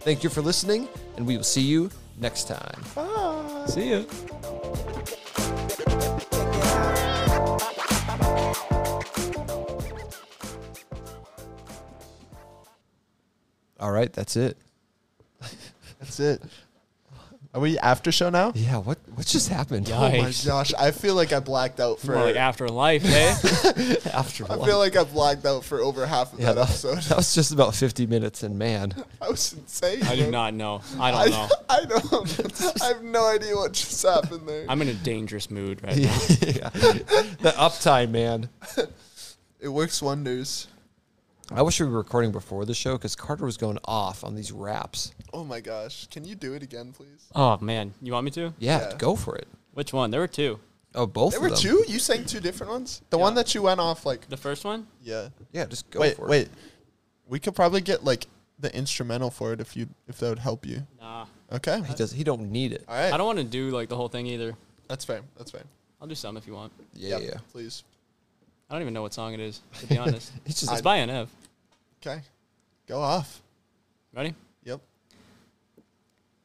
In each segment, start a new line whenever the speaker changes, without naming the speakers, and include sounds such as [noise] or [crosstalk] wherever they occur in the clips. Thank you for listening, and we will see you next time.
See ya.
All right, that's it.
That's it. Are we after show now?
Yeah, what what just happened?
Yeah.
Oh my
Nice.
gosh, I feel like I blacked out for.
More like afterlife, eh?
[laughs] After
I
one.
feel like I blacked out for over half of
yeah,
that episode. [laughs]
that was just about 50 minutes, and man. [laughs]
I was insane.
I do
bro.
not know. I
I,
don't know.
[laughs] I don't. [laughs] I have no idea what just happened there.
I'm in a dangerous mood right
yeah.
now.
The uptime, man.
It works wonders.
I wish we were recording before the show because Carter was going off on these raps.
Oh my gosh, can you do it again, please?
Oh man, you want me to?
Yeah,
Yeah.
go for it.
Which one? There were two.
Oh, both
There
of
were
them.
two. You sang two different ones. The one
Yeah.
that you went off like.
The first one?
Yeah.
Yeah, just go
Wait,
for
wait.
it.
We could probably get like the instrumental for it if you if that would help you.
Nah,
Okay.
He does. He don't need it.
All right.
I don't want to do like the whole thing either.
That's fair. That's fair.
I'll do some if you want.
Yeah,
Yep,
yeah.
Please.
I don't even know what song it is
[laughs]
to be honest.
It's just
it's by NF.
Okay. Go off.
Ready?
Yep.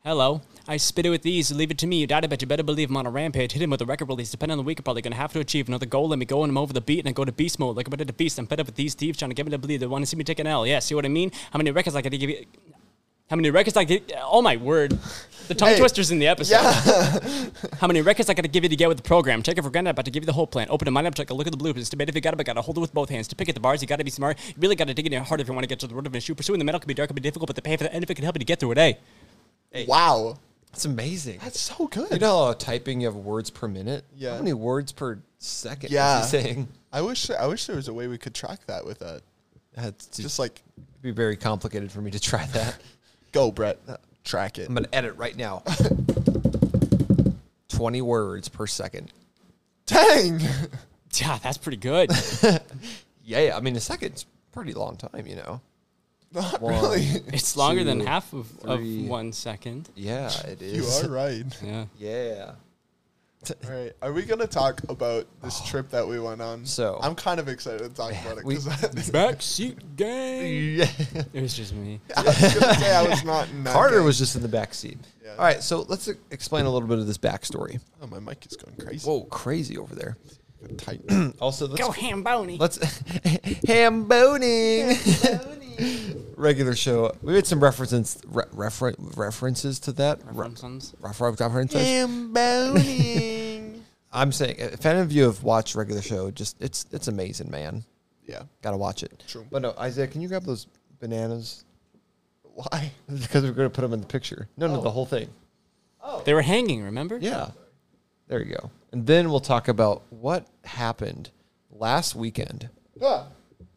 Hello. I spit it with ease, leave it to me. You doubt it, but you better believe I'm on a rampage. Hit him with a record release. Depending on the week, I'm probably gonna have to achieve another goal. Let me go and I'm over the beat and I go to beast mode. Like I'm better to beast. I'm fed up with these thieves trying to get me to believe they want to see me take an L. Yeah, see what I mean? How many records I gotta give you? How many records I get? Oh my word! The tongue
Hey.
twisters in the episode.
[laughs] Yeah.
How many records I gotta give you to get with the program? Take it for granted, I'm about to give you the whole plan. Open a mind up, take a look at the blueprints. Debate if you got it, but gotta hold it with both hands. To pick at the bars, you gotta be smart. You really gotta dig in your heart if you wanna get to the root of an issue. Pursuing the metal can be dark, can be difficult, but the path for the end of it can help you to get through it, eh?
Wow.
It's amazing.
That's so good.
You know how typing you have words per minute?
Yeah.
How many words per second
Yeah.
is he saying? [laughs]
I wish I wish there was a way we could track that with that.
Mm. That's just,
Just like
it'd be very complicated for me to try that. [laughs]
go, Brett. uh, Track it.
I'm gonna edit right now. [laughs] Twenty words per second. [laughs]
Dang.
Yeah, that's pretty good.
Yeah, I mean a second's a pretty long time, you know.
Not
One.
really.
It's longer than
Two,
half of, of
three.
one second.
[laughs] Yeah, it
You
is. [laughs]
are right.
Yeah.
Yeah.
All right. Are we gonna talk about this trip that we went on?
So-
I'm kind of excited to talk about it
we- [laughs]
because I,
Backseat gang. It was just me.
I was
[laughs]
gonna say I was not. In that
Carter
game.
was just in the back seat.
Yeah.
All right, so let's e- explain a little bit of this backstory.
Oh, my mic is going crazy.
Whoa, crazy over
[clears throat]
there. [clears throat]
Tight.
Also, let's
[laughs]
Go Hamboni.
Let's [laughs] hamboning. [laughs] Regular show. We made some references re- refer- references to that. Re-
References.
refer- references. I'm saying, if any of you have watched regular show, just it's it's amazing, man.
[laughs] yeah.
Gotta watch it.
True.
But no, Isaiah, can you grab those bananas?
Why?
[laughs] Because we're gonna put them in the picture. No, no, the whole thing.
They were hanging, remember?
Yeah. There you go. And then we'll talk about what happened last weekend.
Ah,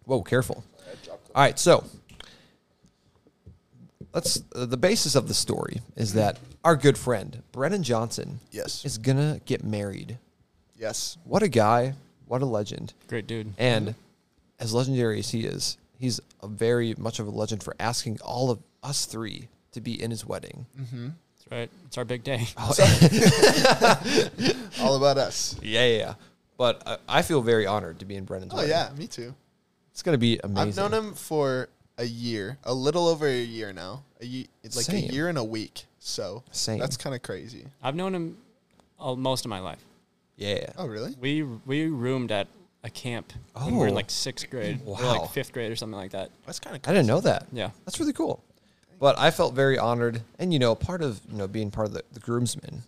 Whoa, careful.
I dropped it.
All right, so let's. Uh, the basis of the story is that our good friend Brennan Johnson
Yes.
is gonna get married.
Yes.
What a guy! What a legend!
Great dude.
And as legendary as he is, he's a very much of a legend for asking all of us three to be in his wedding.
That's right. It's our big day.
Ah.
All
[laughs]
about us.
Yeah, yeah. yeah. But I, I feel very honored to be in Brennan's
Oh
wedding.
yeah, me too.
it's gonna be amazing.
I've known him for a year, a little over a year now. A ye- it's like
Same.
a year and a week. So
Same.
that's kind of crazy.
I've known him all, most of my life.
Yeah.
Oh really?
We we roomed at a camp when we were in
Oh.
like sixth grade, or
Wow.
like fifth grade or something like that.
That's kind of
I didn't know that.
Yeah.
That's really cool. But I felt very honored and you know, part of you know, being part of the, the groomsmen,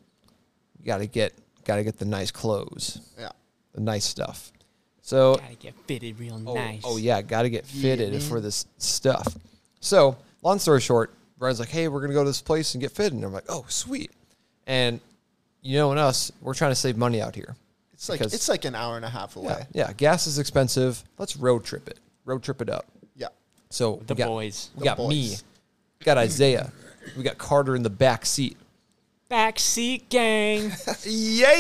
you gotta get gotta get the nice clothes,
Yeah.
the nice stuff. So
Gotta get fitted real
oh,
nice.
oh, yeah, gotta get fitted for this stuff. So long story short, Brian's like, Hey, we're gonna go to this place and get fitted and I'm like, Oh, sweet. And you know, and us, we're trying to save money out here.
It's like
Because-
it's like an hour and a half away.
Yeah, yeah, gas is expensive. Let's road trip it. Road trip it up.
Yeah.
So
The
we got,
boys.
We
The
got me.
boys.
We got Isaiah. we got Carter in the back seat.
Backseat
[laughs]
gang.
Yeah,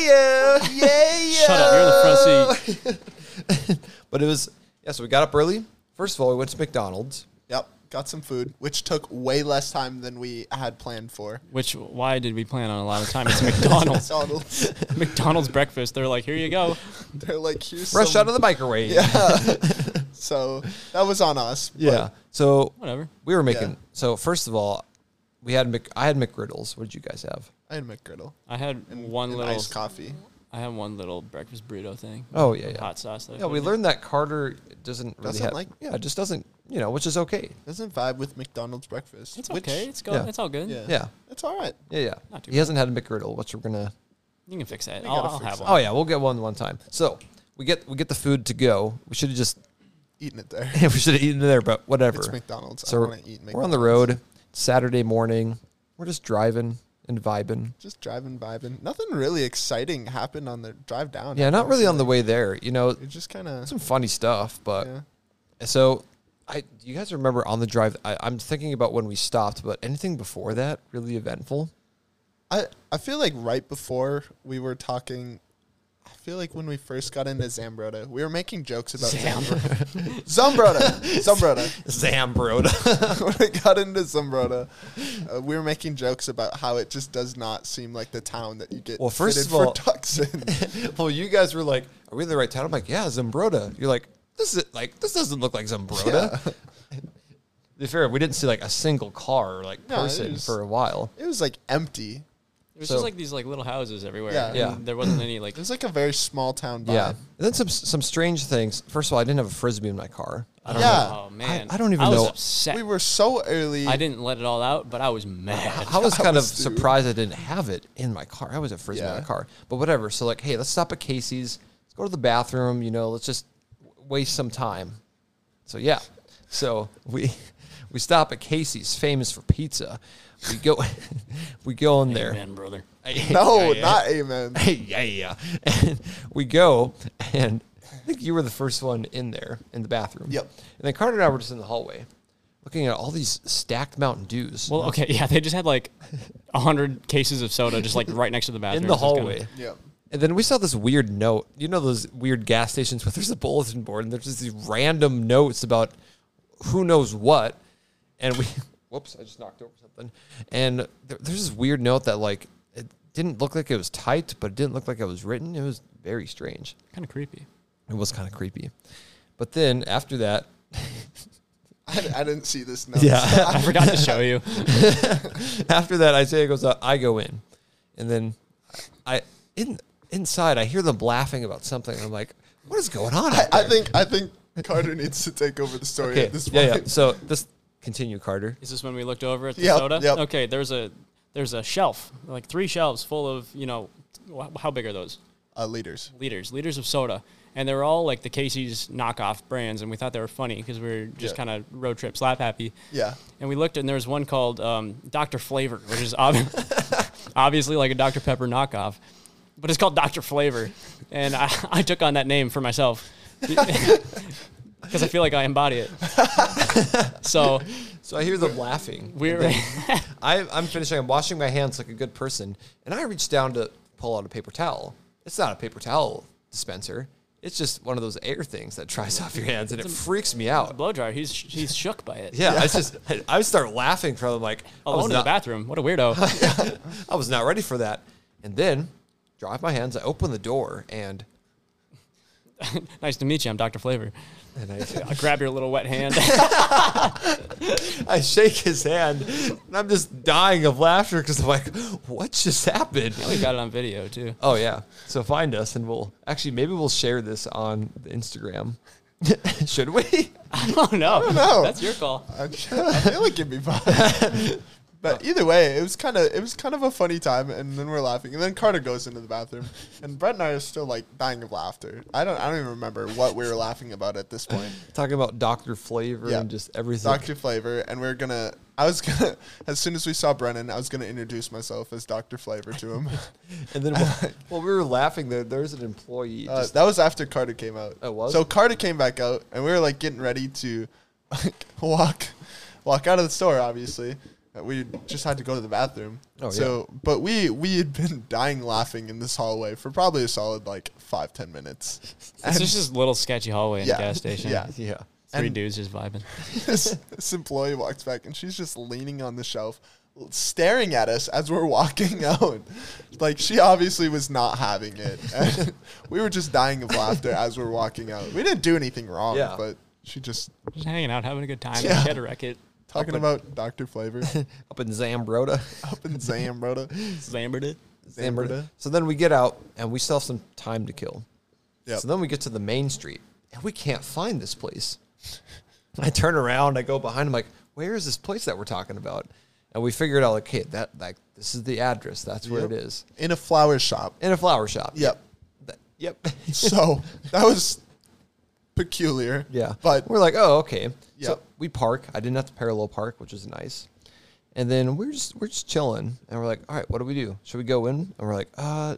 yeah, yeah.
Shut up. You're in the front
[laughs]
seat.
But it was yeah. So we got up early. First of all, we went to McDonald's.
Yep. Got some food, which took way less time than we had planned for. [laughs]
Which why did we plan on a lot of time? It's
[laughs]
McDonald's.
McDonald's.
McDonald's breakfast. They're like, here you go.
[laughs] They're like, here's
Fresh
some-
out of the microwave.
So that was on us. but
Yeah. So
Whatever.
we were making.
Yeah.
So first of all, we had Mc, I had McGriddles. What did you guys have?
I had McGriddle.
I had
And,
one
and
little
iced coffee.
I had one little breakfast burrito thing.
Oh yeah, yeah.
Hot sauce. that I
Yeah, we
couldn't
learned that Carter doesn't really
Doesn't
have,
like-
yeah, just doesn't you know, which is okay.
Doesn't vibe with McDonald's breakfast.
get. It's
which-
okay. It's go.
yeah.
It's all good.
Yeah.
Yeah,
It's all right.
yeah, yeah.
Not too
He hasn't had a McGriddle, which we're gonna.
You can fix that.
We
I'll,
gotta
I'll
fix
have
that.
one.
Oh yeah, we'll get one one time. So we get we get the food to go. We should have just [laughs]
Eating it there.
we should have eaten there, but whatever.
It's McDonald's.
So
I want to eat McDonald's.
we're on the road. Saturday morning. We're just driving and vibing.
Just driving, vibing. Nothing really exciting happened on the drive down.
Yeah, not really on the
honestly.
way there. You know,
It just kind of.
some funny stuff, but
Yeah.
so I you guys remember on the drive I, I'm thinking about when we stopped, but anything before that really eventful?
I I feel like right before we were talking. I feel like when we first got into Zambroda, we were making jokes about Zambroda. Zambroda. Zambroda.
Zambroda.
[laughs] when I got into Zambroda, uh, we were making jokes about how it just does not seem like the town that you get
Well, first
fitted
of all-
for [laughs] ducks in.
[laughs] well, you guys were like, Are we in the right town? I'm like, Yeah, Zambroda. You're like, This is like this doesn't look like Zambroda. To [laughs] Be fair, we didn't see like a single car or like
No, it
person
was-
for a while.
It was like empty.
It was
So-
just like these like little houses everywhere.
Yeah.
and
Yeah.
There wasn't any like.
It was like a very small town vibe.
Yeah. And then some some strange things. First of all, I didn't have a frisbee in my car. I don't
Yeah.
Oh man.
I don't even
I was
know.
upset.
We were so early.
I didn't let it all out, but I
[laughs]
was mad.
I
[laughs]
was kind
was
of
too.
surprised I didn't have it in my car. I was at frisbee in
Yeah.
my car, but whatever. So like, hey, let's stop at Casey's. Let's go to the bathroom. You know, let's just w- waste some time. So yeah, so we [laughs] we stop at Casey's, famous for pizza. We go [laughs] we go in there. [laughs]
Man, brother.
No, not amen.
yeah, yeah. And [laughs] we go, and I think you were the first one in there in the bathroom.
Yep.
And then Carter and I were just in the hallway, looking at all these stacked Mountain Dews.
Well, okay, yeah, they just had like hundred cases of soda just like right next to the
[laughs]
bathroom.
in the
so it's kinda-
hallway.
Yep.
And then we saw this weird note. You know those weird gas stations [laughs] where there's a bulletin board and there's just these random notes about who knows what. And we, [laughs] whoops, I just knocked over something. And there, there's this weird note that like it didn't look like it was typed, but it didn't look like it was written. It was very strange.
Kind
[laughs]
of creepy.
It was kind of creepy. But then after that, [laughs]
I, I didn't see this note.
I forgot to show you.
after that, Isaiah goes out. I go in, and then I in inside I hear them laughing about something. I'm like, what is going on?
[laughs] I,
out
I
there?
think I think Carter needs to take over the story
Okay.
at this
yeah,
point.
yeah. So this continue, Carter.
Is this when we looked over at the
Yep,
soda?
yep.
Okay, there's a there's a shelf, like three shelves full of you know, wh- how big are those?
Uh, leaders.
liters, liters of soda. And they were all like the Casey's knockoff brands, and we thought they were funny because we were just
Yeah.
kind of road trip slap happy.
Yeah.
And we looked, and there was one called um, Dr. Flavor, which is ob- [laughs] obviously like a Dr. Pepper knockoff, but it's called Dr. Flavor. And I, [laughs] I took on that name for myself [laughs] because I feel like I embody
[laughs]
it. so
So I hear them laughing.
we were.
I, I'm finishing. I'm washing my hands like a good person, and I reach down to pull out a paper towel. It's not a paper towel dispenser. It's just one of those air things that dries off your hands, and it freaks me out.
blow dryer. He's he's shook by it.
Yeah, I just I would start laughing from like I
Alone
was
in the
not-
bathroom. What a weirdo.
I was not ready for that. And then, dry off my hands, I open the door and
nice to meet you. I'm Dr. Flavor.
and I,
I grab your little wet hand.
[laughs] I shake his hand. And I'm just dying of laughter because I'm like, what just happened?
we got it on video too.
Oh yeah. So find us and we'll actually maybe we'll share this on the
[laughs]
Instagram. Should we?
Oh [laughs] no,
know.
that's your call.
I, [laughs] I feel like it'd be fun.
[laughs]
But either way, it was kind of it was kind of a funny time, and then we're laughing, and then Carter goes into the bathroom, and Brett and I are still like dying of laughter. I don't I don't even remember what we were laughing about at
[laughs]
this point.
Talking about Doctor Flavor
Yeah.
and just everything.
Doctor Flavor, and we are gonna. I was gonna [laughs] as soon as we saw Brennan, I was gonna introduce myself as Doctor Flavor to him.
[laughs] and then
[laughs]
while, while we were laughing, there there's an employee.
Uh,
Just, Oh,
that was after Carter came out.
It was?
So Carter came back out, and we were like getting ready to like, [laughs] walk, walk out of the store. Obviously, Uh, we just had to go to the bathroom.
Oh,
so, but we we had been [laughs] dying laughing in this hallway for probably a solid like five ten
[laughs]
minutes.
It's just this little sketchy hallway in
Yeah,
a gas station.
yeah.
yeah.
Three
And-
dudes just vibing.
this, this employee walks back, and she's just leaning on the shelf, l- staring at us as we're walking [laughs] out. Like she obviously was not having it. [laughs] And we were just dying of laughter as we're walking out. We didn't do anything wrong,
Yeah.
but she just
Just hanging out, having a good time.
Yeah.
Yeah. Get a wreck it.
Talking about Dr.
[laughs]
Flavor
up in Zambroda.
up in Zambroda.
Slambered it.
Zambroda. So then we get out and we still have some time to kill.
Yep.
So then we get to the main street and we can't find this place. I turn around, I go behind, I'm like, where is this place that we're talking about? And we figure it out like, hey, that like this is the address. That's where it
Yep.
is.
In a flower shop.
In a flower shop.
Yep.
That- yep. [laughs]
So that was peculiar.
Yeah.
But
we're like, oh, okay.
Yeah.
So we park. I didn't have to parallel park, which was nice. And then we're just we're just chilling, and we're like, all right, what do we do? Should we go in? And we're like, uh,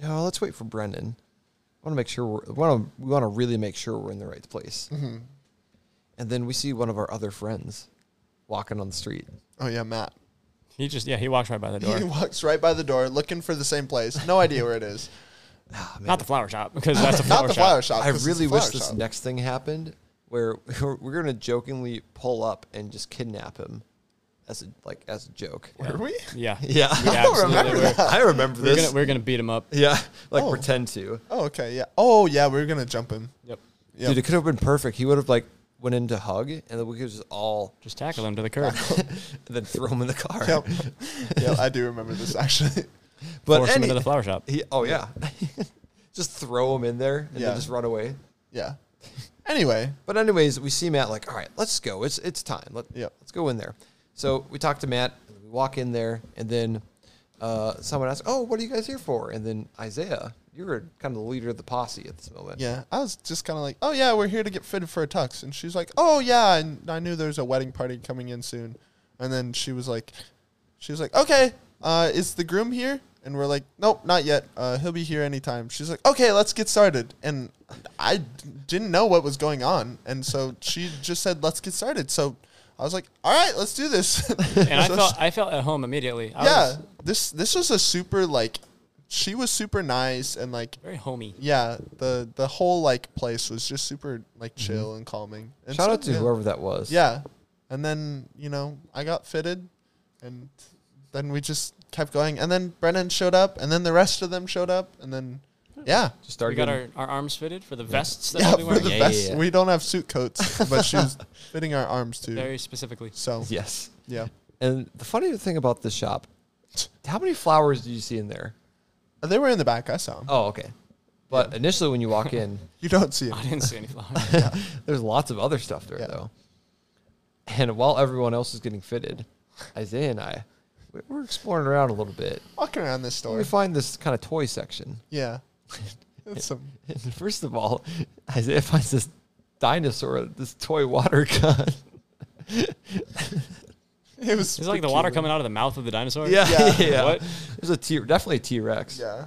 no, let's wait for Brendan. I want to make sure we're, we want to we want to really make sure we're in the right place.
Mm-hmm.
And then we see one of our other friends walking on the street.
oh yeah, Matt.
He just yeah he walks right by the
He
door.
walks right by the door looking for the same place. No idea where it is.
Not the flower shop because that's a
Not
flower
Uh, the
shop.
flower shop.
I
'cause it's a
really wish
flower
this
shop.
next thing happened where [laughs] we're, we're gonna jokingly pull up and just kidnap him as a like as a joke.
Were we?
Yeah.
[laughs] Yeah,
Yeah, absolutely.
remember
we're,
I remember
we're
this.
gonna we're gonna beat him up.
Yeah, like
Oh.
pretend to.
Oh, okay. Yeah. Oh, yeah. We were gonna jump him.
Yep.
Yep.
Dude, it could have been perfect. He would have like went in to hug, and then we could just all
Just tackle him to the curb.
and then throw him in the car. [laughs]
Yep. [laughs] yeah, I do remember this actually. [laughs]
But
force him
any-
into the
[laughs]
flower shop.
He, oh yeah, just throw him in there and
Yeah.
then just run away.
Yeah. Anyway,
But anyways, we see Matt like, all right, let's go. It's it's time. Let,
Yep.
Let's go in there. So we talk to Matt. and We walk in there, and then uh, someone asks, "Oh, what are you guys here for?" And then Isaiah, you were kind of the leader of the posse at this moment.
yeah, I was just kind of like, oh yeah, we're here to get fitted for a tux, and she's like, oh yeah, and I knew there was a wedding party coming in soon, and then she was like, she was like, okay, uh, is the groom here? And we're like, nope, not yet. Uh, he'll be here anytime. She's like, okay, let's get started. And I d- didn't know what was going on, and so she just said, let's get started. So I was like, all right, let's do this. [laughs]
And I
So
felt I felt at home immediately. I
yeah
was
this this was a super like she was super nice and like
very homey.
yeah the the whole like place was just super like chill and calming
Mm-hmm.
and
Shout
so-
out to
yeah.
whoever that was.
yeah and then you know i got fitted and then we just kept going and then brennan showed up and then the rest of them showed up and then yeah
Just
We
started.
got
getting-
our, our arms fitted for the vests that
yeah,
we'll be
for
wearing.
the
Yeah, yeah,
best
yeah.
we don't have suit coats but she
[laughs]
was fitting our arms too
Very
[laughs]
specifically. [laughs]
so
yes.
yeah
And the funny thing about this shop, how many flowers do you see in there?
they were in the back i saw 'em.
Oh, okay. But initially, when you
[laughs]
walk in,
you don't see
I
them
didn't see
[laughs]
any flowers.
there's lots of other stuff there,
Yeah.
though. And while everyone else is getting fitted, Isaiah and I, we- we're exploring around a little bit.
walking around this store
We find this kind of toy section. [laughs]
yeah That's some
And first of all, Isaiah finds this dinosaur, this toy water [laughs] gun.
It was.
It's like the water coming out of the mouth of the
[laughs]
dinosaur.
yeah.
Yeah.
What?
There's a T, definitely a T Rex.
Yeah.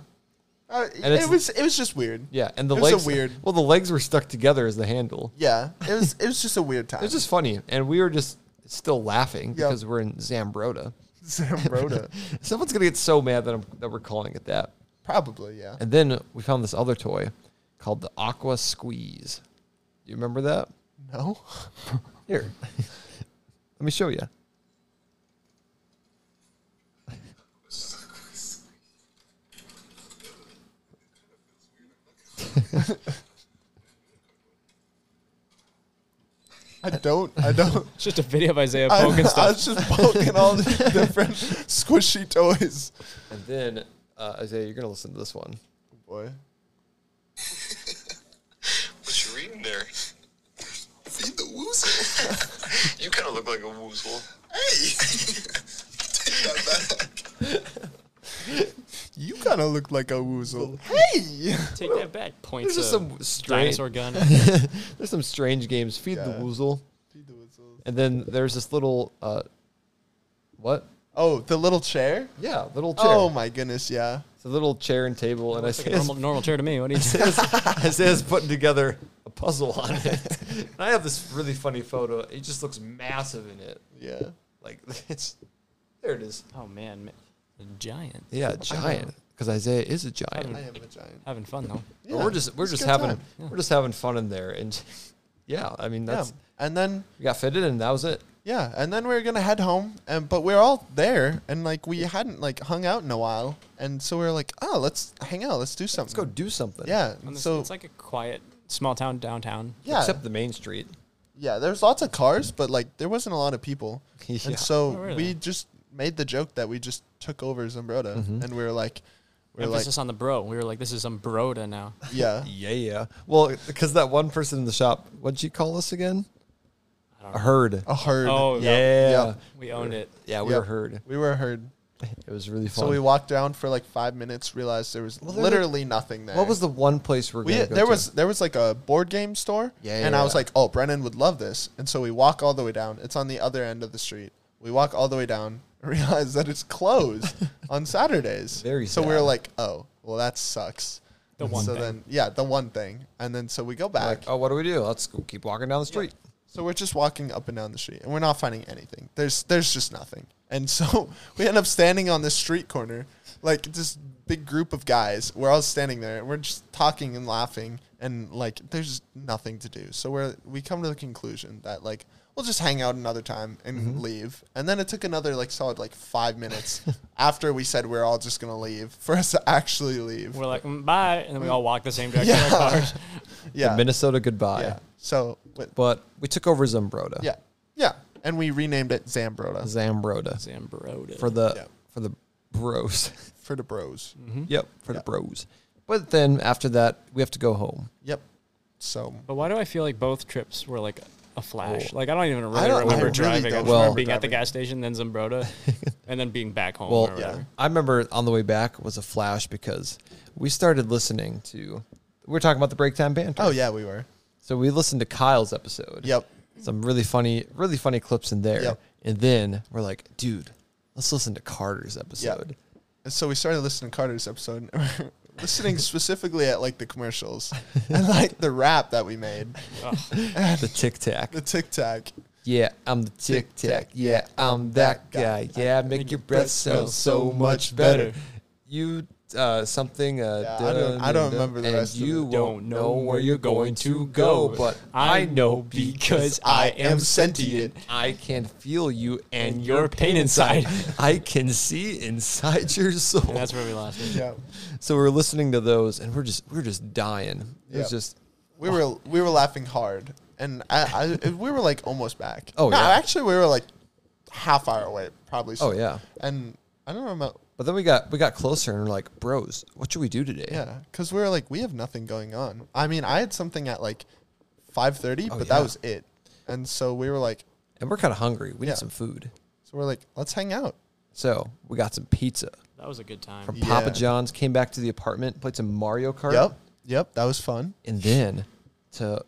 Uh,
And it's-
it was. It was just weird.
Yeah, and the
It was a
legs.
weird-
Well, the legs were stuck together as the handle.
Yeah. It was. It was just a weird time.
[laughs] It was just funny, and we were just still laughing
Yeah.
because we're in Zambroda.
Zambroda.
[laughs] Someone's gonna get so mad that I'm, that we're calling it that.
[laughs] Probably. Yeah.
And then we found this other toy called the Aqua Squeeze. You remember that?
No.
Here, [laughs] let me show you.
I don't. I
[laughs]
don't.
It's [laughs] just a video of Isaiah
[laughs] I,
poking
I
stuff.
was just poking all these
[laughs]
different squishy toys.
And then uh, Isaiah, you're gonna listen to this one.
Boy.
What you reading there? Feed the woozle. [laughs] you kind of look like a woozle. Hey.
[laughs] You kind of look like a woozle. Hey.
Take that back.
[laughs]
Points.
There's just
a
some strange.
dinosaur gun.
There's some strange games. Feed the
Yeah.
Woozle, and then there's this little uh, what?
Oh, the little chair.
Yeah, little chair.
Oh my goodness. Yeah.
It's a little chair and table, and
Looks like a
Isaiah's
normal, normal chair to me. What do you
[laughs]
think?
Isaiah's, [laughs] Isaiah's putting together a puzzle on it. And I have this really funny photo. It just looks massive in it.
Yeah.
Like [laughs] it's there it is.
Oh man, ma- a giant.
Yeah, giant. Because Isaiah is a giant.
I am a giant.
Having fun though.
But we're just we're
it's a
just
good
having
time.
we're just having fun in there, and [laughs] yeah, I mean
Yeah.
that's
And then
we got fitted, and that was it.
Yeah, and then we were gonna head home, and but we were all there, and like we hadn't like hung out in a while, and so we were like, oh, let's hang out, let's do
Let's
something.
go do something.
Yeah.
On this-
so
it's like a quiet small town downtown.
yeah,
Except the main street.
yeah, there's lots of cars, but like there wasn't a lot of people,
Yeah.
and so
Oh, really?
we just made the joke that we just took over Zambroda, and we were like, we were like,
Emphasis on the bro. We were like, this is some broda now.
[laughs]
yeah,
Yeah, yeah. Well, because that one person in the shop, what'd you call us again?
I don't
A
know.
herd.
a herd.
Oh,
yeah.
yeah.
Yeah,
We owned it.
we
Yep.
were herd.
We were a herd.
It was really fun.
So we walked down for like five minutes, realized there was
Well, there was-
literally nothing there.
what was the one place we're
We,
going to go
there
to?
was there was like a board game store,
Yeah,
and
yeah,
I was
yeah.
like, "Oh, Brennan would love this." And so we walk all the way down. It's on the other end of the street. We walk all the way down, [laughs] realize that it's
[laughs]
closed on Saturdays.
Very
so we we're
sad.
like, "Oh, well, that sucks."
The one
so
thing.
then, yeah, the one thing, and then so we go back.
like, oh, what do we do? Let's go keep walking down the street.
So we're just walking up and down the street, and we're not finding anything. There's there's just nothing, and [laughs] so we end up standing on this street corner, like this big group of guys. We're all standing there, and we're just talking and laughing, and like there's nothing to do. So we're we come to the conclusion that like we'll just hang out another time and leave. And then it took another like solid like five minutes [laughs] after we said we're all just gonna leave for us to actually leave.
We're like, mm, bye. And then we all walked
[laughs]
the same direction. in our cars.
The
yeah,
Minnesota goodbye.
yeah. So wi-
But we took over Zambroda.
yeah, yeah, and we renamed it Zambroda
[laughs]
Zambroda
Sam broda.
for the
Yeah.
for the bros.
for the bros.
[laughs] yep, for the
Yeah.
bros. But then after that, we have to go home.
Yep. So
But why do I feel like both trips were like a flash?
Oh.
Like I don't even really
I don't- I
remember
really
driving. I
don't
just
Well-
remember being at
remember
the
driving.
gas station, then
[laughs]
Zambroda, and then being back home.
Well,
or whatever.
I remember on the way back was a flash because we started listening to we were talking about the break time banter.
Oh yeah, we were.
So we listened to Kyle's episode.
Yep.
Some really funny, really funny clips in there.
Yep.
And then we're like, dude, let's listen to Carter's episode.
And so we started listening to Carter's episode, [laughs] and we're listening specifically at like
[laughs]
the commercials and like the rap that we made,
Ah, The Tic Tac.
the Tic Tac.
Yeah, I'm the Tic Tac. Yeah, I'm that guy. Yeah, make your breath smell so much better. You uh, something. Uh,
Yeah, I don't- I don't remember the
and
rest of
You
it.
won't know where you're going to go, but I know because I am sentient. I can feel you and your pain inside. [laughs] I can see inside your soul.
And that's where we lost it.
Yeah.
So we're listening to those, and we're just we're just dying. It
Yep.
was just
We were we were laughing hard, and I, I we were like almost back.
Oh,
no,
yeah.
Actually, we were like half hour away, probably.
oh yeah.
And I don't remember.
But then we got we got closer, and we're like, bros, what should we do today?
Yeah, because we were like we have nothing going on. I mean, I had something at like five thirty,
Oh,
but
yeah.
that was it. And so we were like,
and we're kind of hungry. We
Yeah.
need some food.
so we're like, let's hang out.
So we got some pizza
That was a good time.
from
Yeah.
Papa John's. Came back to the apartment, played some Mario Kart.
Yep. Yep. That was fun.
And then to,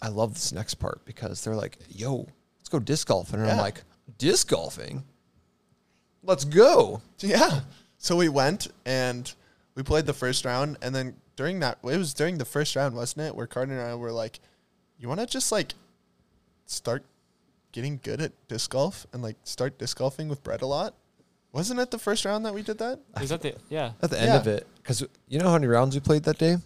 I love this next part because they're like, "Yo, let's go disc golfing," and I'm
Yeah.
like, "Disc golfing? Let's go!"
[laughs] Yeah. So we went and we played the first round, and then during that, it was during the first round, wasn't it? Where Carter and I were like, "You want to just like start getting good at disc golf and like start disc golfing with Brett a lot." Wasn't it the first round that we did that?
Is that the
[laughs]
yeah?
At the end
Yeah.
of it, because you know how many rounds we played that day?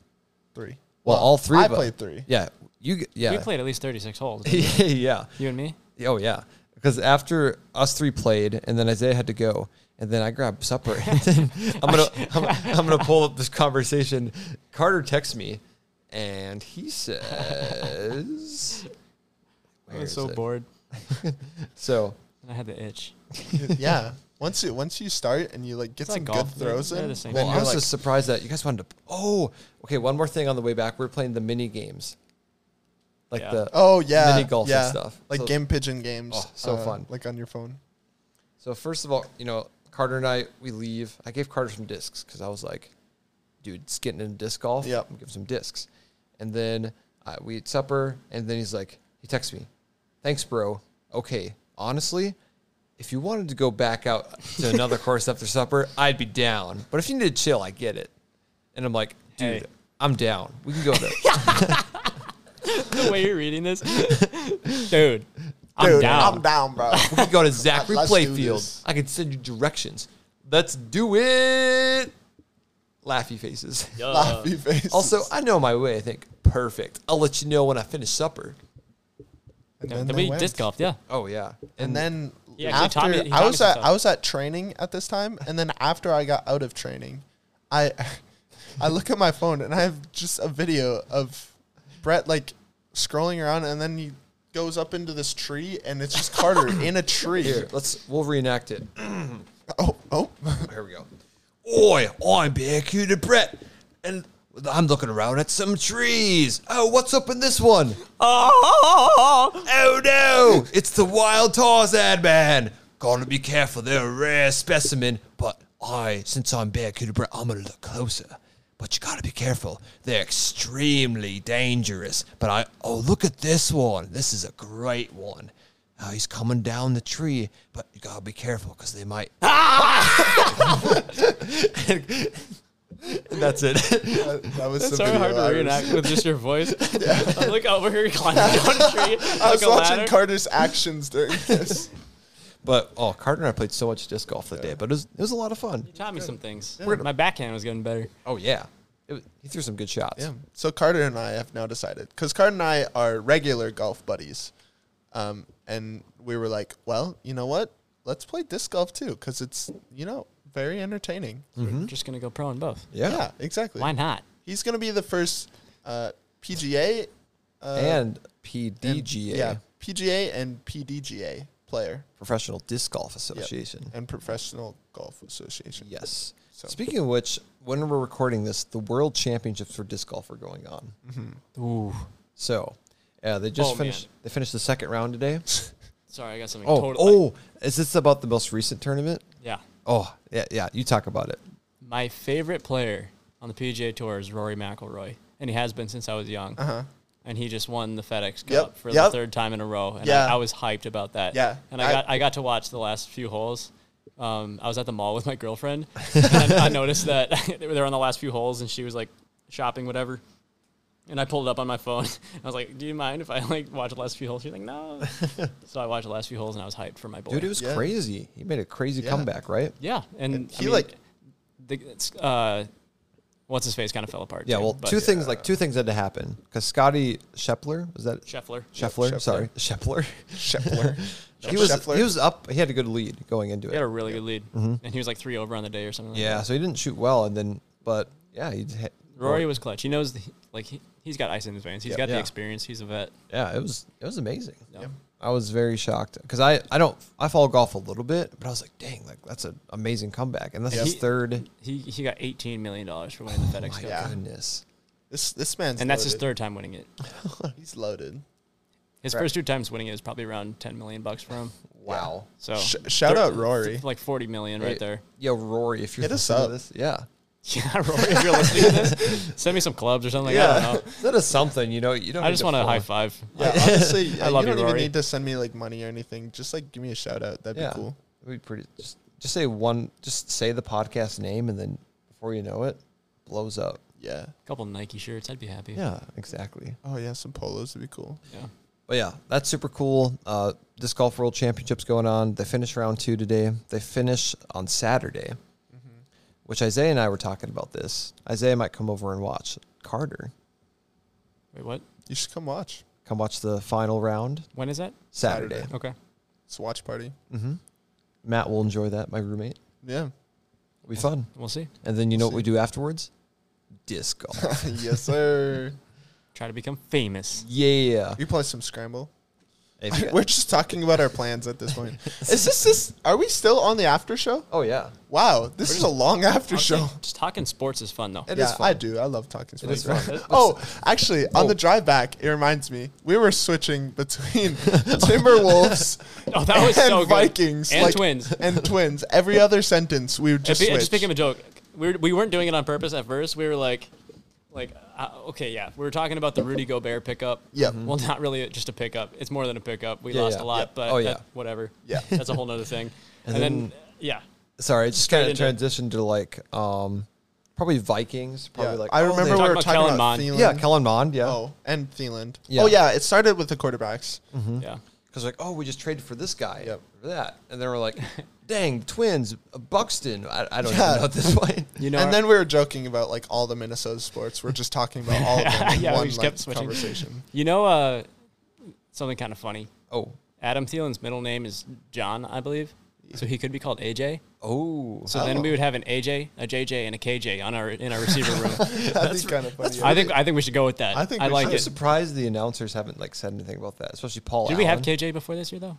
Three.
Well, all three.
I
of us-
played
[laughs]
three.
Yeah, you. g- Yeah,
We played at least thirty six
[laughs]
holes. didn't
[laughs] yeah.
we? you and me.
Oh yeah, because after us three played, and then Isaiah had to go, and then I grabbed supper. [laughs] And then I'm gonna I'm, I'm gonna pull up this conversation. Carter texts me, and he says,
I
Where
was so
is it?
bored.
"So
And I had the
[laughs]
itch.
yeah. Once you once you start and you like get
It's like
some
golf,
good throws
they're-
in,
they're the same.
then
well, I
you're
was
like,
just surprised that you guys wanted to. Oh, okay. One more thing on the way back, we are playing the mini games, like
Yeah.
the
oh yeah,
mini golf and
yeah.
stuff.
like
So-
game pigeon games. uh,
Oh, so fun.
like on your phone.
So first of all, you know, Carter and I we leave. I gave Carter some discs because I was like, dude, it's getting into disc golf.
Yep.
I'm gonna give him some discs. And then uh, we eat supper, and then he's like, he texts me, thanks, bro. Okay, honestly, if you wanted to go back out to
[laughs]
another course after supper, I'd be down. But if you need to chill, I get it. And I'm like, dude,
Hey.
I'm down. We can go
[laughs]
there.
the way you're reading this, dude. I'm
Dude,
down.
I'm down, bro.
[laughs]
we can go to Zachary
Let's do
Playfield.
this.
I can send you directions. Let's do it. Laughy faces.
Uh,
Laughy face.
Also, I know my way. I think perfect. I'll let you know when I finish supper.
and
Then
they
we
went.
disc golfed, yeah.
Oh yeah,
And then
Yeah, 'cause he
after
taught me- he
I
taught me
was
some
at
stuff.
I was at training at this time, and then after I got out of training, I [laughs] I look at my phone and I have just a video of Brett like scrolling around, and then he goes up into this tree, and it's just
[coughs]
Carter in a tree.
Here, let's we'll reenact it.
Oh, oh. [laughs]
Here we go. Oi, I'm Barracuda Brett, and I'm looking around at some trees. Oh, what's up in this one? Ah!
Oh,
Oh no! It's the wild Tarzan man. Gotta be careful. They're a rare specimen. But I, since I'm Barracuda Brett, I'm gonna look closer. But you gotta be careful. They're extremely dangerous. But I, oh look at this one. This is a great one. Oh, he's coming down the tree, but you gotta be careful because they might. and [laughs] that's it.
That, that was
it's
some
so
video I
hard to
was-
reenact with just
[laughs]
your voice. I'm like over here climbing down a tree.
I was
like a
watching
ladder.
Carter's actions during
[laughs]
this.
But oh, Carter and I played so much disc golf that day, but it was it was a lot of fun.
Taught me some things. My backhand was getting better.
Oh yeah, it, was- he threw some good shots.
Yeah. So Carter and I have now decided because Carter and I are regular golf buddies, um, and we were like, well, you know what? Let's play disc golf too because it's you know very entertaining.
We're just gonna go pro in both.
Mm-hmm. Yeah.
Yeah, exactly.
Mm. Why not?
He's gonna be the first uh, PGA
and PDGA,
yeah PGA and PDGA player.
Professional Disc Golf
Yep.
Association.
and Professional Golf Association.
Yes.
So-
Speaking of which, when we're recording this, the World Championships for disc golf are going on.
Ooh.
So, uh, they just
Oh,
finished.
man.
They finished the second round today.
Sorry, I got something
Oh,
totally.
oh, is this about the most recent tournament?
Yeah.
Oh, yeah, yeah. You talk about it.
My favorite player on the PGA Tour is Rory McIlroy, and he has been since I was young. Uh-huh. And he just won the FedEx Cup
Yep,
for
yep.
the third time in a row, and
Yeah.
I, I was hyped about that.
Yeah,
And I,
I-
got I got to watch the last few holes. Um, I was at the mall with
[laughs]
my girlfriend, and I, I noticed that [laughs] they were on the last few holes, and she was like shopping, whatever. And I pulled it up on my phone. [laughs] I was like, "Do you mind if I like watch the last few holes?" She's
[laughs]
like, "No." so I watched the last few holes, and I was hyped for my boy.
Dude, it was
Yeah.
crazy. He made a crazy comeback, right?
Yeah, and, I
he,
mean,
like-
the it's, uh, what's his face kind of fell apart.
Yeah.
too,
Well,
but-
two things
uh,
like two things had to happen because Scotty Scheffler was that
Scheffler.
Scheffler,
Scheffler.
sorry, Scheffler.
[laughs] Scheffler.
[laughs] he was
Scheffler.
he was up. He had a good lead going into
He had
it.
a really good lead, and he was like three over on the day or something. Like
Mm-hmm. Yeah,
that.
so he didn't shoot well, and then but yeah, he hit,
Rory was clutch. He knows, the, like he he's got ice in his veins. He's got
Yeah.
the experience. He's a vet. Um,
yeah, it was it was amazing.
Yeah.
I was very shocked because I I don't I follow golf a little bit, but I was like, dang, like that's an amazing comeback, and that's his
He-
third.
He he got eighteen million dollars for winning
Oh
the FedEx Cup,
Yeah.
Goodness,
This this man's
and that's his
loaded.
third time winning it.
[laughs] He's loaded.
His first two times winning it is probably around ten million bucks for him.
wow.
So
Sh- shout
they're-
out Rory.
like forty million right
Hey,
there. [laughs]
Yo, Rory, if you're
Hit us
listening to
up.
this, yeah.
Yeah, Rory, if you're listening to this, send me some clubs or something.
[laughs]
I don't know.
that is something. You know, you don't.
I just want
to
a high
follow-
five. [laughs]
Yeah, honestly, I
love
you
you,
don't even
Rory.
need to send me like money or anything. Just like give me a shout out. That'd
Yeah,
be cool.
It'd be pretty. Just just say one. Just say the podcast name, and then before you know it, blows up.
Yeah.
couple Nike shirts. I'd be happy.
Yeah, exactly.
Oh yeah, some polos would be cool.
Yeah.
But yeah, that's super cool. Uh, disc golf world championships going on. They finish round two today. They finish on Saturday, which Isaiah and I were talking about this. Isaiah might come over and watch Carter.
Wait, what?
You should come watch.
Come watch the final round
When is that?
Saturday. Mm-hmm.
Saturday.
Okay.
It's a watch party.
Matt will enjoy that. My roommate.
Yeah.
It'll be fun.
We'll see.
And then you know what we do afterwards? Disc
[laughs]
golf.
[laughs] yes, sir.
Try to become famous.
yeah.
You play some scramble.
If you-
We're just talking about our plans at this point. Is this this? Are we still on the after show?
[laughs] oh yeah.
Wow, this is a long after show.
Just talking sports is fun though.
It is
yeah, I
fun.
do. I love talking sports.
is [laughs] fun.
[laughs] oh, actually, on the drive back, it reminds me we were switching between Timberwolves
Oh, that was
and
so good.
Vikings
And
like-
twins.
and twins. Every other sentence we would
It
just
be- it
switch.
just became a joke. We were, we weren't doing it on purpose at first. We were like, like, uh, okay, yeah, we were talking about the Rudy Gobert pickup.
Yep. Mhm.
Well, not really just a pickup. It's more than a pickup. We
Mm-hmm. Yeah,
lost
yeah.
a lot,
Yeah.
but
Oh,
that-
yeah.
whatever.
Yeah.
[laughs] That's a whole nother thing. and, then, yeah.
Sorry, it just kind of
into-
transitioned to like um, probably Vikings. Probably
yeah.
like
I
oh,
remember
they-
we
Talking
were
about
talking
Kellen
about
Mond.
Thielen.
yeah, Kellen Mond. Yeah.
Oh, and Thielen.
Yeah.
Oh yeah, it started with the quarterbacks.
Yeah.
Because like, oh, we just traded for this guy,
Yep.
for that, and then we're
[laughs]
like, dang, twins, uh, Buxton. I, I don't
Yeah.
even know at this point.
[laughs]
You know,
and then we were joking about like all the Minnesota sports. We're just talking about all of them in
Yeah, we
one
just
like,
kept switching.
conversation.
you know, uh, something kind of funny.
oh,
Adam Thielen's middle name is John, I believe. So he could be called AJ.
Oh,
So then we would have an AJ, a JJ, and a KJ on
[laughs]
our in our receiver room.
That's kind of funny.
I think I think we should go with that. I
I
think
think
I
we
like
I'm
it.
surprised the announcers haven't like said anything about that, especially Paul.
Did we have
Allen.
KJ before this year though?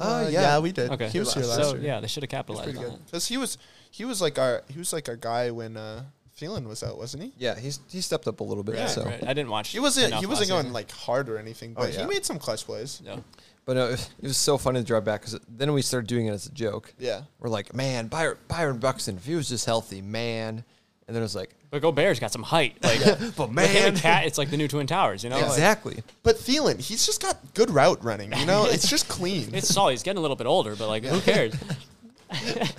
Uh,
Uh,
yeah.
yeah.
we did.
Okay,
He was here last
so
year.
yeah, they should have capitalized on it.
Because he was he was like our he was like our guy when uh Phelan was out, wasn't he?
Yeah, he's he stepped up a little bit.
Yeah,
so,
right. I didn't watch.
He wasn't
enough
he wasn't
last
going like hard or anything, but
Oh, yeah.
he made some clutch plays.
season. No.
but no, it was- it was so funny to drive back because then we started doing it as a joke.
Yeah.
we're like, man, Byron, Byron Buxton, if he was just healthy, man. And then it was like,
But Gobert's got some height.
[laughs]
Like, [laughs]
but
like him
man,
and Cat, it's like the new Twin Towers. You know, Like,
exactly.
But Thielen, he's just got good route running.
[laughs]
You know, it's just clean.
it's solid. He's getting a little bit older, but like, who
[laughs]
cares?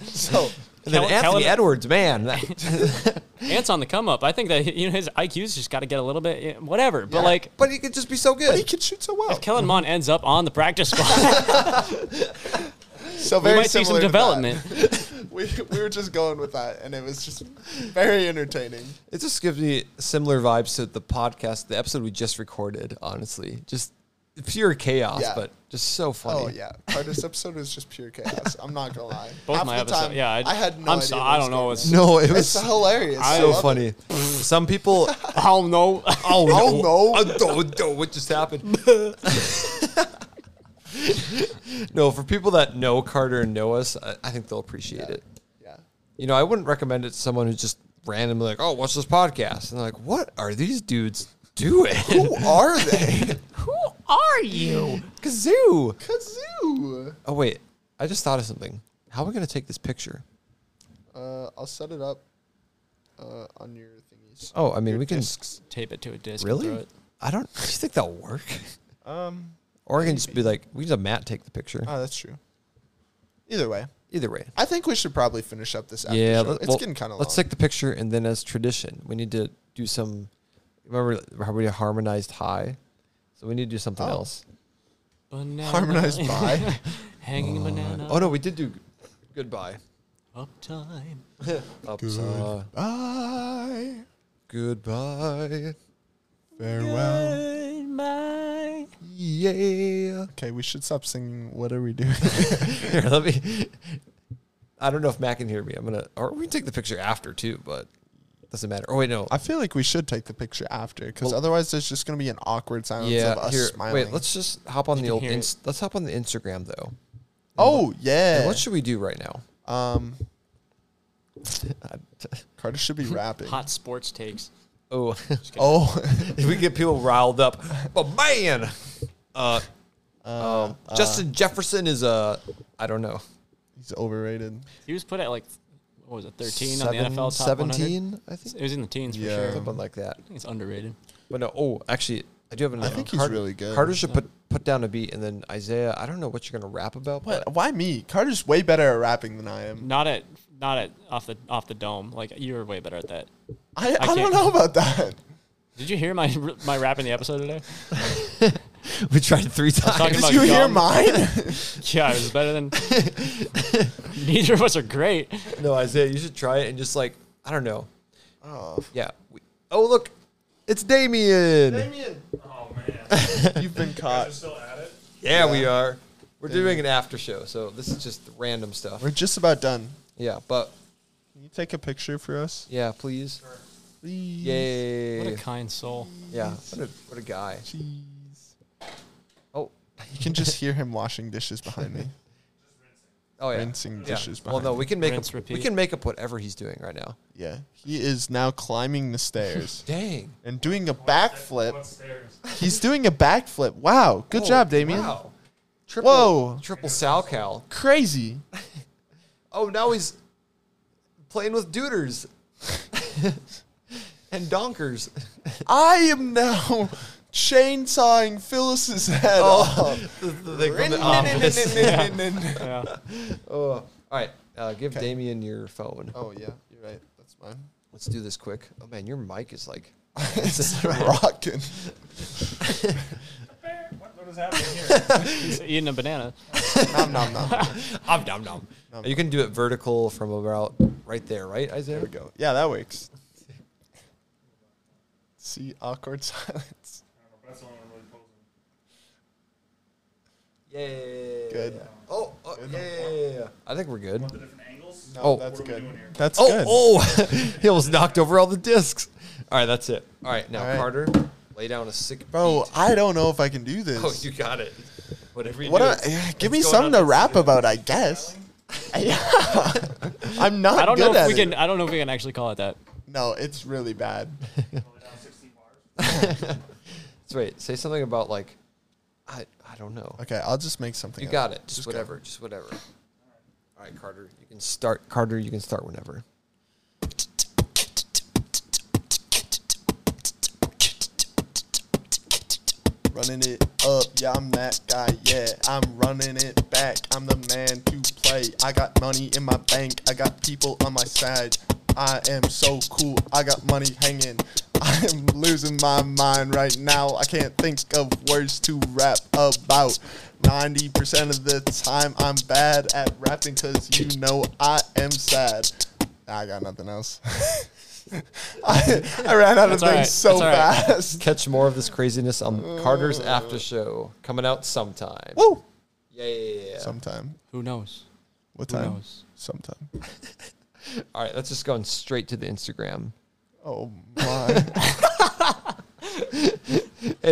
so
And then
Kel-
Anthony
Kellen-
Edwards, man, that-
Ant's on the come up. I think that you know his IQ's just got to get a little bit eh, whatever. But like,
but he could just be so
[laughs] he
good.
can shoot so well.
if Kellen Mond ends up on the practice
[laughs]
squad, [laughs]
So
we
very
might see some
similar to that.
development.
[laughs] We, we were just going with that, and it was just very entertaining.
It just gives me similar vibes to the podcast, the episode we just recorded. Honestly, just pure chaos,
Yeah.
but just so funny.
Oh yeah, Carter's episode was just pure chaos. I'm not gonna lie.
Both
Half
my
the
episode-
time,
yeah, I-
I, had no
I'm
idea
so-
what
I
was
don't know
going
what's-
on.
No, it was
It's hilarious. I
so
love it.
funny. Some
[laughs]
people,
Oh no!
oh
Oh, no.
I don't know what just happened. [laughs] no, for people that know Carter and know us, I, I think they'll appreciate it.
Yeah.
You know, I wouldn't recommend it to someone who's just randomly like, "Oh, what's this podcast?" And they're like, "What are these dudes doing?
Who
[laughs]
are they?
Who [laughs] are you?
Kazoo!"
Kazoo.
Oh wait, I just thought of something. How are we gonna take this picture?
Uh, I'll set it up uh, on your thingies.
Oh, I mean, we can
Tape it to a disc. and throw
really.
it.
I don't. Do you think that'll work?
Um.
Or I can just be like, we can just have Matt take the picture.
Oh, that's true. Either way,
Either way.
I think we should probably finish up this. After
yeah,
show.
let-
it's
well,
getting kind of.
Let's take the picture, and then as tradition, we need to do some. Remember how we harmonized high, so we need to do something
Oh.
else.
Banana, [laughs]
[laughs] harmonized by.
hanging banana.
Oh no, we did do g- goodbye.
Up time.
Up, uh,
Bye.
goodbye.
Farewell.
Goodbye.
Yeah. [laughs]
Okay, we should stop singing. What are we doing? [laughs]
Here, let me. I don't know if Matt can hear me. I'm gonna, or we can take the picture after too, but doesn't matter. Oh wait, no.
I feel like we should take the picture after, because otherwise there's just gonna be an awkward silence of
yeah.
us
Here,
smiling.
wait. Let's just hop on the
can
old.
hear it.
Inst- let's hop on the Instagram though.
Oh yeah.
What should we do right now?
um,
[laughs] I-
Carter should be rapping.
Hot sports takes.
oh, [laughs]
Oh,
if we get people riled up, but man, uh, um,
uh,
Justin Jefferson is a. I don't know.
he's overrated.
He was put at like what was it, thirteen on
Seven-
the NFL top 100?
17, I think.
It was in the teens for
Yeah.
sure. I
Something like that.
think it's underrated.
But no, oh, actually, I do have another.
think
one.
he's really good.
Carter should put put down a beat, and then Isaiah. I don't know what you're gonna rap about.
What?
But
Why me? Carter's way better at rapping than I am.
Not at not at off the off the dome. Like you were way better at that.
I, I,
can't-
don't know about that.
Did you hear my [laughs] my rap in the episode
[laughs]
today?
[laughs] we tried three
talking
times. [laughs]
about-
Did you hear
dumb. [laughs]
mine?
Yeah, it was
[laughs]
better than. Neither of us are great.
no, Isaiah, you should try it and just like I don't know.
[laughs] oh,
Yeah. We, oh look, it's Damien.
Oh man,
you've been
guys are
caught.
still at it.
Yeah, we are. We're doing an after show, so this is just random stuff.
We're just about done.
Yeah, but
Can you take a picture for us,
yeah, please.
please?
What a
Yay.
kind
[laughs]
soul.
Yeah. What a what a guy.
Jeez.
Oh.
You can just hear him washing dishes behind me.
Oh yeah.
Rinsing
Yeah.
dishes
Well, no,
behind
we can make
Rinse,
up, we
repeat.
can make up whatever he's doing right now.
[laughs] Yeah, he is now climbing the stairs [laughs]
Dang.
and doing a
What
backflip.
stairs?
He's doing a backflip. Wow, good
Oh,
job, Damien.
Wow. Triple,
Whoa.
Triple sow cow. [laughs]
Crazy.
Oh, now he's playing with duders [laughs] and donkers.
I am now chainsawing Phyllis's head
Oh. [laughs]
off.
The- the thing from the office.
oh
Oh. All right. Uh, give Damien your phone.
Oh, yeah, you're right. That's mine.
Let's do this quick. Oh man, your mic is like [laughs]
it's [laughs] rocking.
What, what is happening here?
He's eating a banana.
Nom nom nom. There
om nom nom. You can do it vertical from about right there, right, Isaiah?
we go. Yeah, that works. See awkward [laughs] silence.
That's the one I'm really posing.
Yeah, yeah, yeah, yeah, yeah,
Good.
yeah. Oh, oh, yeah, yeah, yeah, yeah. I think we're good.
the different angles.
No,
Oh.
that's
What are we
good.
doing here?
That's
oh,
good.
oh, [laughs] he almost knocked over all the discs. All right, that's it. All right, now
All right.
Carter, lay down a sick.
Bro,
beat.
I don't know if I can do
[laughs]
this.
oh, you got it. Whatever you
what?
do,
I-
it's-
yeah,
it's
give me
going
something
up.
to rap about, I guess. [laughs] Yeah.
[laughs]
I'm not.
I don't
good
know if
at
we
it.
can. I don't know if we can actually call it that.
No, it's
[laughs]
really bad.
Pull it down 16 bars.
So wait, say something about like, I I don't know.
Okay, I'll just make something.
You
up.
got it. Just,
go.
whatever. Just whatever. All right, Carter, you can start. Carter, you can start whenever.
Running it up, yeah, I'm that guy, yeah. I'm running it back, I'm the man to play. I got money in my bank, I got people on my side. I am so cool, I got money hanging. [laughs] I am losing my mind right now. I can't think of words to rap about. 90% of the time, I'm bad at rapping because you know I am sad. I got nothing else. [laughs] I, I ran out of things
That's all right,
so
that's all right.
fast.
Catch more of this craziness on Carter's after show coming out sometime.
Woo!
Yeah, yeah, yeah, yeah.
Sometime.
Who knows?
What
Who
time?
knows?
Sometime.
All right, that's just going straight to the Instagram.
[laughs] [laughs] Oh my.
Hey,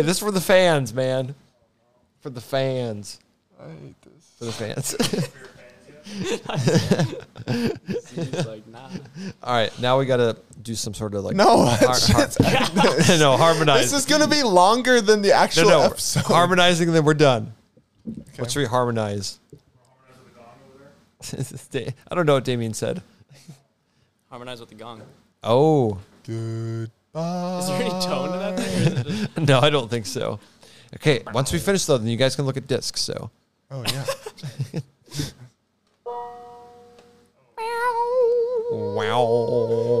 this is for the fans, man. For the fans.
I hate this.
For the fans. [laughs]
He's like, nah.
All right, now we gotta do some sort of like
No,
har- har-
shit's [laughs]
[laughs]
this.
no harmonize.
This is gonna be longer than the
no,
actual
no,
episode.
harmonizing. Then we're done.
Okay.
Let's [laughs] reharmonize.
Harmonize with the gong over there.
I don't know what Damien said.
Harmonize with the gong.
Oh
[laughs] Goodbye.
Is there any tone to that thing? Or is it just,
[laughs] no, I don't think so. Okay, once we finish though, then you guys can look at discs. So
Oh yeah. [laughs]
wow.